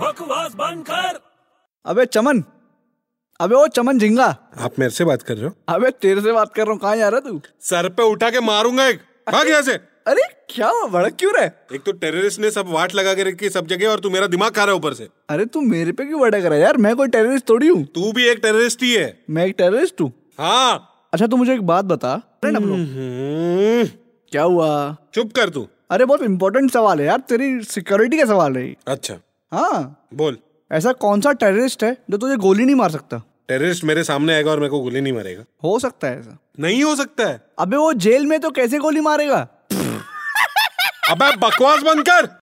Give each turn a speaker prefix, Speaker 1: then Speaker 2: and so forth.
Speaker 1: बकवास बंद कर
Speaker 2: अबे चमन अबे ओ चमन झिंगा
Speaker 3: आप मेरे से बात कर रहे हो
Speaker 2: अबे तेरे से बात कर रहा हूँ कहाँ जा रहा तू
Speaker 3: सर पे उठा के मारूंगा एक भाग यहाँ से
Speaker 2: अरे क्या हुआ भड़क क्यों रहे
Speaker 3: एक तो टेररिस्ट ने सब वाट लगा के रखी है सब जगह और तू मेरा दिमाग खा रहा है ऊपर से
Speaker 2: अरे तू मेरे पे क्यों भड़क रहा है यार मैं कोई टेररिस्ट थोड़ी हूँ
Speaker 3: तू भी एक टेररिस्ट ही है
Speaker 2: मैं एक टेररिस्ट हूँ
Speaker 3: हाँ
Speaker 2: अच्छा तू मुझे एक बात बता अरे नमलो,
Speaker 3: हम्म,
Speaker 2: क्या हुआ
Speaker 3: चुप कर तू
Speaker 2: अरे बहुत इंपॉर्टेंट सवाल है यार तेरी सिक्योरिटी का सवाल है ये।
Speaker 3: अच्छा
Speaker 2: हाँ
Speaker 3: बोल
Speaker 2: ऐसा कौन सा टेररिस्ट है जो तुझे गोली नहीं मार सकता
Speaker 3: टेररिस्ट मेरे सामने आएगा और मेरे को गोली नहीं मारेगा
Speaker 2: हो सकता है ऐसा
Speaker 3: नहीं हो सकता है
Speaker 2: अबे वो जेल में तो कैसे गोली मारेगा
Speaker 3: अब बकवास बंद कर